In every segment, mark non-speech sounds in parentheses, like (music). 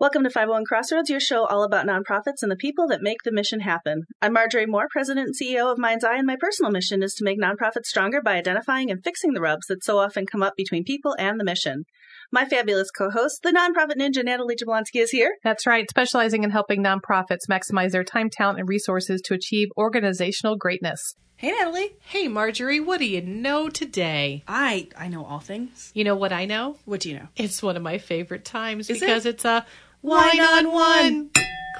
Welcome to 501 Crossroads, your show all about nonprofits and the people that make the mission happen. I'm Marjorie Moore, President and CEO of Mind's Eye, and my personal mission is to make nonprofits stronger by identifying and fixing the rubs that so often come up between people and the mission. My fabulous co host, the nonprofit ninja Natalie Jablonski, is here. That's right, specializing in helping nonprofits maximize their time, talent, and resources to achieve organizational greatness. Hey, Natalie. Hey, Marjorie, what do you know today? I I know all things. You know what I know? What do you know? It's one of my favorite times Is because it's a Wine wine on on one.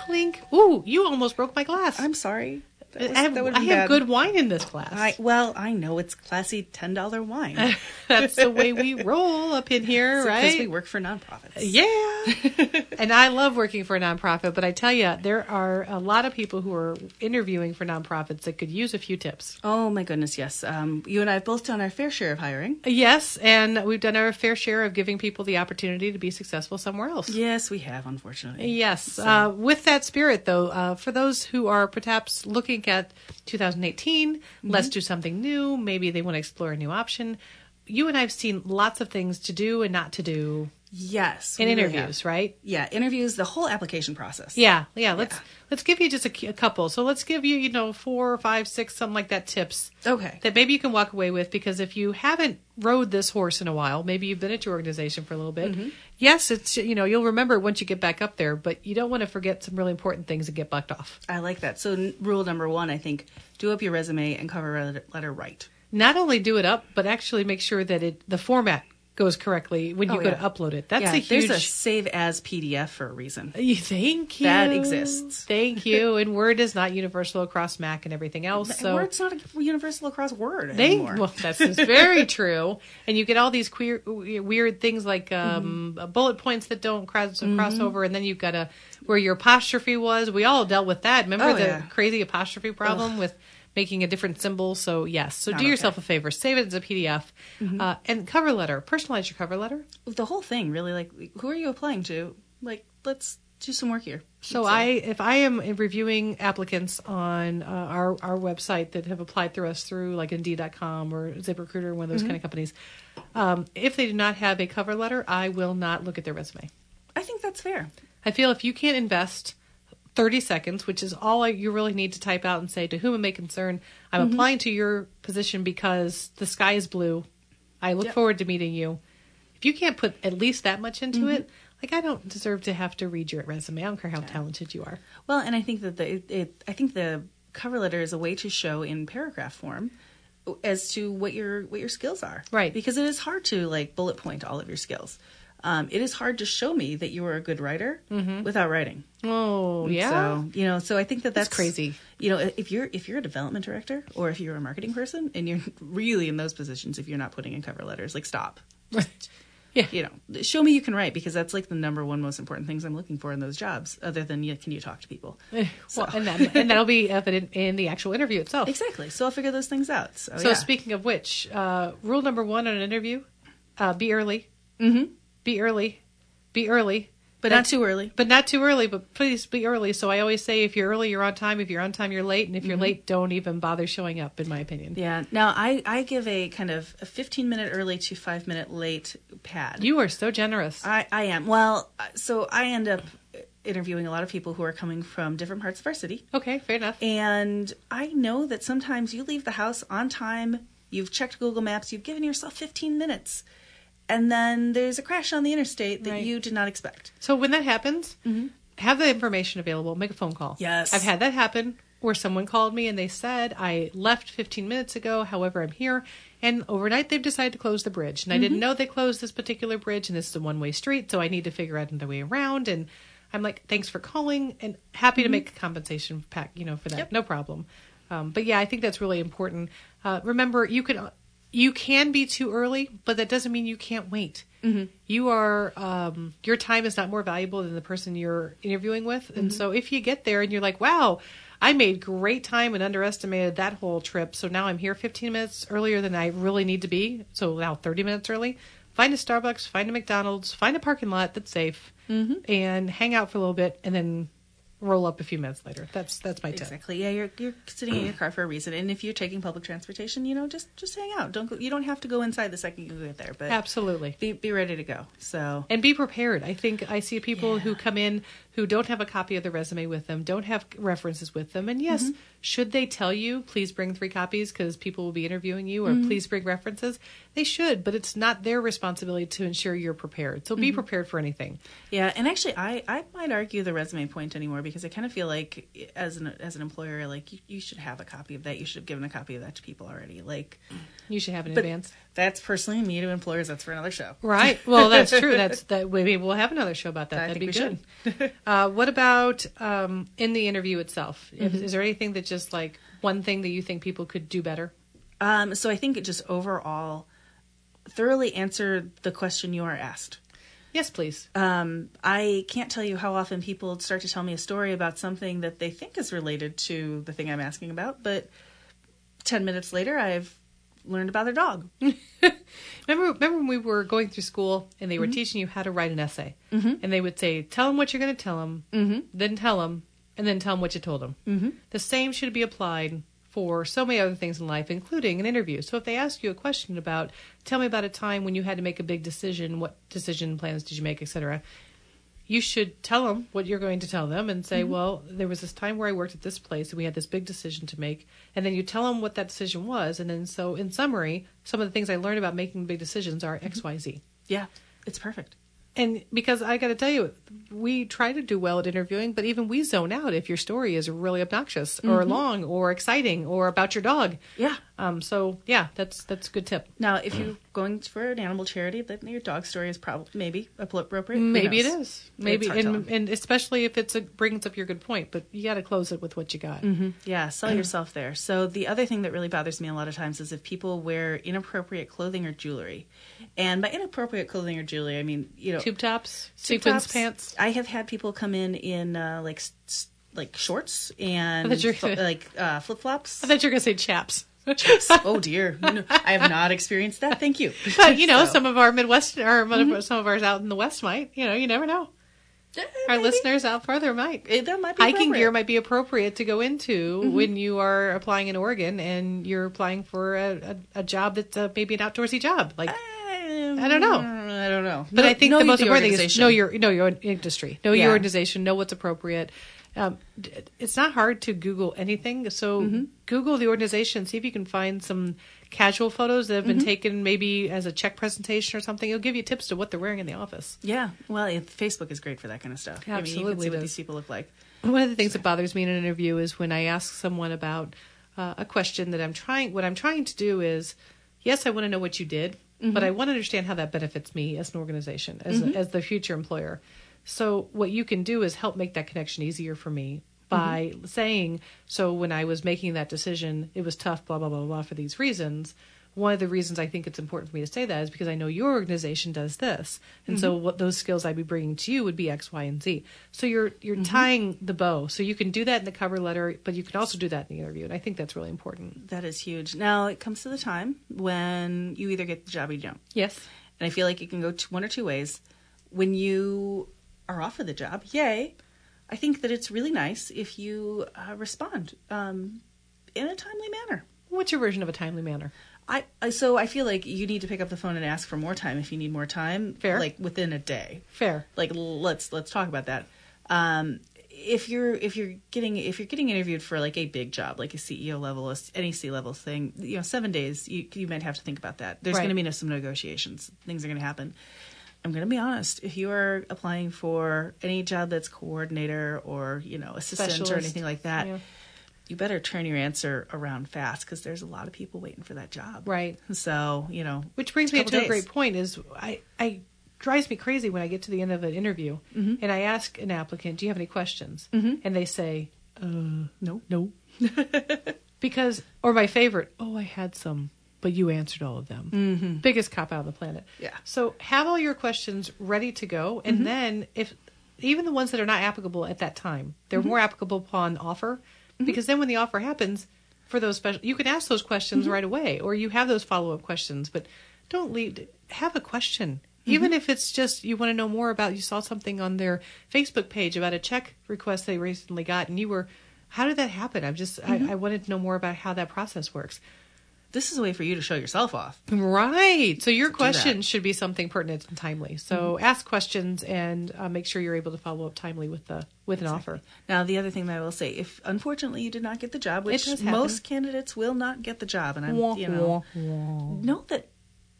Clink. Ooh, you almost broke my glass. I'm sorry. That was- I have, that would've I been have bad. good wine in this glass. I, well, I know it's classy $10 (laughs) wine. (laughs) That's the way we roll up (laughs) in here, Because right? we work for nonprofits. Yeah. and I love working for a nonprofit, but I tell you, there are a lot of people who are interviewing for nonprofits that could use a few tips. Oh my goodness, yes. Um, you and I have both done our fair share of hiring. Yes, and we've done our fair share of giving people the opportunity to be successful somewhere else. Yes, we have, unfortunately. Yes. Uh, with that spirit, though, uh, for those who are perhaps looking at 2018, let's do something new. Maybe they want to explore a new option. You and I have seen lots of things to do and not to do Yes. in we really have. interviews, right? Yeah, interviews, the whole application process. Yeah, yeah. Let's let's give you just a, c- a couple. So let's give you, you know, four or five, six, something like that, tips Okay. that maybe you can walk away with because if you haven't rode this horse in a while, maybe you've been at your organization for a little bit. Mm-hmm. Yes, it's you know you'll remember once you get back up there, but you don't want to forget some really important things and get bucked off. I like that. So, n- rule number one, I think, do up your resume and cover letter, letter right. Not only do it up, but actually make sure that it the format goes correctly when you Oh, go yeah. to upload it. That's yeah, a huge. There's a save as PDF for a reason. You- (laughs) Thank you. That exists. Thank you. And Word is not universal across Mac and everything (laughs) else. So Word's not a universal across word They, anymore. well, that's (laughs) is very true. And you get all these queer, weird things like Mm-hmm. um, bullet points that don't cross, cross over, and then you've got a where your apostrophe was. We all dealt with that. Remember Oh, the yeah. crazy apostrophe problem with making a different symbol. So yes, so Not do yourself okay. Mm-hmm. a favor, save it as a PDF, uh, and cover letter. Personalize your cover letter. the whole thing, really, like, who are you applying to? Like, let's do some work here. So I, if I am reviewing applicants on uh, our our website that have applied through us through like Indeed.com or ZipRecruiter, one of those kind of companies, um, if they do not have a cover letter, I will not look at their resume. I think that's fair. I feel if you can't invest thirty seconds, which is all I- you really need to type out and say to whom it may concern, I'm applying to your position because the sky is blue. I look Yep. forward to meeting you. If you can't put at least that much into it, like I don't deserve to have to read your resume. I don't care how talented you are. Well, and I think that the it, it, I think the cover letter is a way to show in paragraph form as to what your what your skills are. Right. Because it is hard to like bullet point all of your skills. Um, it is hard to show me that you are a good writer without writing. Oh Mm-hmm. yeah. (laughs) So you know, so I think that that's, That's crazy. You know, if you're if you're a development director or if you're a marketing person and you're (laughs) really in those positions, if you're not putting in cover letters, like stop. Just, Yeah. You know, show me you can write because that's like the number one most important things I'm looking for in those jobs. Other than yeah, can you talk to people? Well, and, that, and that'll be evident in the actual interview itself. Exactly. So I'll figure those things out. So, So yeah. speaking of which, uh, rule number one on an interview: uh, be early. Mhm. Be early. Be early. but not too early. But not too early. But please be early. So I always say, if you're early, you're on time. If you're on time, you're late. And if you're Mm-hmm. late, don't even bother showing up. In my opinion, Yeah. Now I I give a kind of a 15 minute early to five minute late pad. you are so generous. I I am well. uh, So I end up interviewing a lot of people who are coming from different parts of our city, okay, fair enough. and I know that sometimes you leave the house on time. You've checked Google Maps. You've given yourself 15 minutes, and then there's a crash on the interstate that Right. you did not expect. So when that happens, have the information available. Make a phone call. Yes. I've had that happen where someone called me and they said, I left 15 minutes ago. However, I'm here. And overnight, they've decided to close the bridge. And I didn't know they closed this particular bridge and this is a one way street. So I need to figure out another way around. And I'm like, thanks for calling and happy to make a compensation pack, you know, for that. No problem. Um, but yeah, I think that's really important. Uh, remember, you can you can be too early, but that doesn't mean you can't wait. You are um, your time is not more valuable than the person you're interviewing with, and so if you get there and you're like, "Wow, I made great time and underestimated that whole trip," so now I'm here 15 minutes earlier than I really need to be, so now 30 minutes early. Find a Starbucks, find a McDonald's, find a parking lot that's safe, and hang out for a little bit, and then roll up a few minutes later. That's that's my tip. Exactly. Yeah, you're you're sitting in your car for a reason, and if you're taking public transportation, you know, just just hang out. Don't go. You don't have to go inside the second you get there, but Absolutely. be be ready to go. So And be prepared. I think I see people Yeah. who come in who don't have a copy of the resume with them, don't have references with them. And yes, Mm-hmm. should they tell you, please bring three copies because people will be interviewing you, or Mm-hmm. please bring references? They should, but it's not their responsibility to ensure you're prepared. So be Mm-hmm. prepared for anything. yeah, and actually, I I might argue the resume point anymore because I kind of feel like as an as an employer, like you, you should have a copy of that. You should have given a copy of that to people already. Like You should have it in But- advance. that's personally me to employers. That's for another show. Right. Well, that's true. That's that. Maybe we'll have another show about that. I That'd be think good. (laughs) uh, what about um, in the interview itself? If, Mm-hmm. is there anything that just like one thing that you think people could do better? Um, so I think it just overall thoroughly answer the question you are asked. Yes, please. Um, I can't tell you how often people start to tell me a story about something that they think is related to the thing I'm asking about, but 10 minutes later, I've learned about their dog. Remember, remember when we were going through school and they were teaching you how to write an essay, and they would say, "Tell them what you're going to tell them, then tell them, and then tell them what you told them." Mm-hmm. The same should be applied for so many other things in life, including an interview. So if they ask you a question about, "Tell me about a time when you had to make a big decision. What decision plans did you make, etc." you should tell them what you're going to tell them and Mm-hmm. say, well, there was this time where I worked at this place and we had this big decision to make. And then you tell them what that decision was. And then, so in summary, some of the things I learned about making big decisions are X, Mm-hmm. Y, Z. Yeah, it's perfect. And because I got to tell you, we try to do well at interviewing, but even we zone out if your story is really obnoxious Mm-hmm. or long or exciting or about your dog. Yeah. Um, so yeah, that's that's a good tip. Now, if you're Mm. going for an animal charity, then your dog story is probably maybe appropriate. Who Maybe it knows? is. Maybe hard and, telling. and especially if it's a, brings up your good point, but you got to close it with what you got. Yeah, sell yourself there. So the other thing that really bothers me a lot of times is if people wear inappropriate clothing or jewelry. And by inappropriate clothing or jewelry, I mean you know Tube tops, tube sequins tops. pants. I have had people come in in uh, like s- s- like shorts and thought you were fl- gonna- like uh, flip flops. (laughs) I thought you were gonna say chaps. (laughs) oh dear, No, I have not experienced that. Thank you. But you know, (laughs) So- Mm-hmm. some of our Midwest or some of ours out in the West might. You know, you never know. Eh, (laughs) Our maybe. listeners out further might. Eh, that might be Hiking appropriate. Mm-hmm. gear might be appropriate to go into when you are applying in Oregon and you're applying for a, a, a job that's uh maybe an outdoorsy job. Like, I don't know. Mm, I don't know. but Know- I think know the most the important thing is organization. know your know your own industry, know Yeah. your organization, know what's appropriate. Um, d- it's not hard to Google anything, so Mm-hmm. Google the organization, see if you can find some casual photos that have been Mm-hmm. taken, maybe as a check presentation or something. It'll give you tips to what they're wearing in the office. Yeah, well, eh, Facebook is great for that kind of stuff. I mean, you can Absolutely see it what is. these people look like. One of the things that bothers me in an interview is when I ask someone about uh, a question that I'm trying. What I'm trying to do is, yes, I want to know what you did, but I want to understand how that benefits me as an organization, as as the future employer. So what you can do is help make that connection easier for me by saying, so when I was making that decision, it was tough, blah blah blah blah, for these reasons. One of the reasons I think it's important for me to say that is because I know your organization does this, and so what those skills I'd be bringing to you would be X, Y, and Z. So you're you're tying the bow. So you can do that in the cover letter, but you can also do that in the interview, and I think that's really important. That is huge. Now it comes to the time when you either get the job or you don't. Yes. And I feel like it can go t one or two ways. When you are offered the job, yay, I think that it's really nice if you uh, respond um, in a timely manner. What's your version of a timely manner? I, I so I feel like you need to pick up the phone and ask for more time if you need more time. Fair. like within a day. Fair. Like l- let's let's talk about that. Um, if you're if you're getting if you're getting interviewed for like a big job like a CEO level or any C E level thing, you know, seven days you you might have to think about that. There's Right. going to be no, some negotiations. Things are going to happen. I'm going to be honest. If you are applying for any job that's coordinator or you know assistant or Specialist. anything like that, Yeah. you better turn your answer around fast because there's a lot of people waiting for that job. Right. So you know, Which brings me Couple to days. a great point is I, I drives me crazy when I get to the end of an interview Mm-hmm. and I ask an applicant, do you have any questions? And they say, uh, no, no. (laughs) because, or my favorite, oh, I had some, but you answered all of them. Mm-hmm. Biggest cop out on the planet. Yeah. So have all your questions ready to go. And then if even the ones that are not applicable at that time, they're more applicable upon offer because then when the offer happens for those special, you can ask those questions right away or you have those follow up questions, but don't leave. Have a question. Even if it's just you want to know more about, you saw something on their Facebook page about a check request they recently got, and you were, how did that happen? I'm just, I, I wanted to know more about how that process works. This is a way for you to show yourself off. Right. So your question that. should be something pertinent and timely. So ask questions and uh, make sure you're able to follow up timely with the with an offer. Now, the other thing that I will say, if unfortunately you did not get the job, which does happen. most candidates will not get the job, and I'm, Wah, you know, wah, wah. know that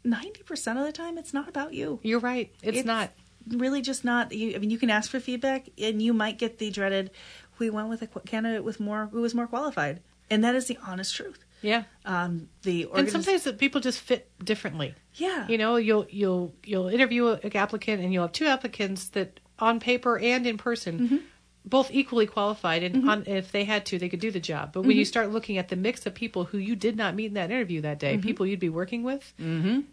90% of the time it's not about you. You're right. It's, not. really just not. You, I mean, you can ask for feedback, and you might get the dreaded, "We went with a qu- candidate with more who was more qualified," and that is the honest truth. Yeah. Um, the And organis- sometimes that people just fit differently. yeah, You know, you'll you'll you'll interview an applicant and you'll have two applicants that on paper and in person Mm-hmm. both equally qualified and on, if they had to they could do the job. But when Mm-hmm. you start looking at the mix of people who you did not meet in that interview that Mm-hmm. day, people you'd be working with,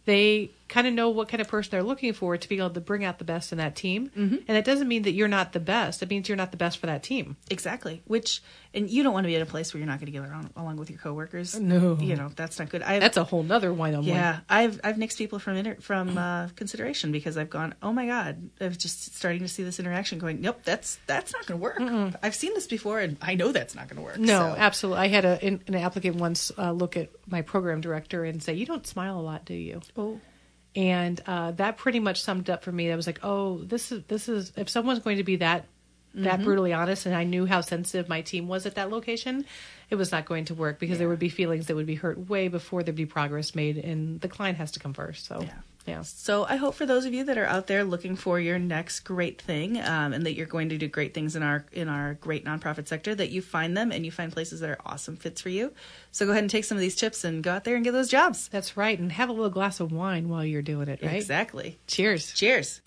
they kind of know what kind of person they're looking for to be able to bring out the best in that team. Mm-hmm. And that doesn't mean that you're not the best. It means you're not the best for that team. exactly. Which, and you don't want to be in a place where you're not going to get along, along with your coworkers. No. you know that's not good. I That's a whole nother wine on one. Yeah, I've I've nixed people from inter- from uh, consideration because I've gone, oh my god, I've just starting to see this interaction going. Nope, that's that's not going to work. I've seen this before, and I know that's not going to work. No, so. absolutely. I had a, an, an applicant once uh, look at my program director and say, "You don't smile a lot, do you?" Oh. And uh, that pretty much summed up for me. That was like, "Oh, this is this is if someone's going to be that that brutally honest." And I knew how sensitive my team was at that location. It was not going to work because there would be feelings that would be hurt way before there'd be progress made, and the client has to come first. So, Yeah. yeah. So I hope for those of you that are out there looking for your next great thing, um, and that you're going to do great things in our in our great nonprofit sector, that you find them and you find places that are awesome fits for you. So go ahead and take some of these tips and go out there and get those jobs. That's right. And have a little glass of wine while you're doing it, right? Exactly. Cheers. Cheers.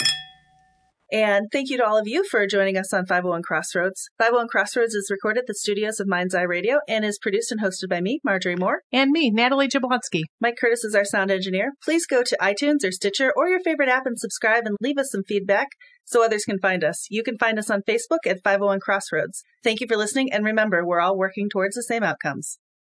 And thank you to all of you for joining us on 501 Crossroads. 501 Crossroads is recorded at the studios of Mind's Eye Radio and is produced and hosted by me, Marjorie Moore. And me, Natalie Jablonski. Mike Curtis is our sound engineer. Please go to iTunes or Stitcher or your favorite app and subscribe and leave us some feedback so others can find us. You can oh find us on Facebook at 501 Crossroads. Thank you for listening, and remember, we're all working towards the same outcomes.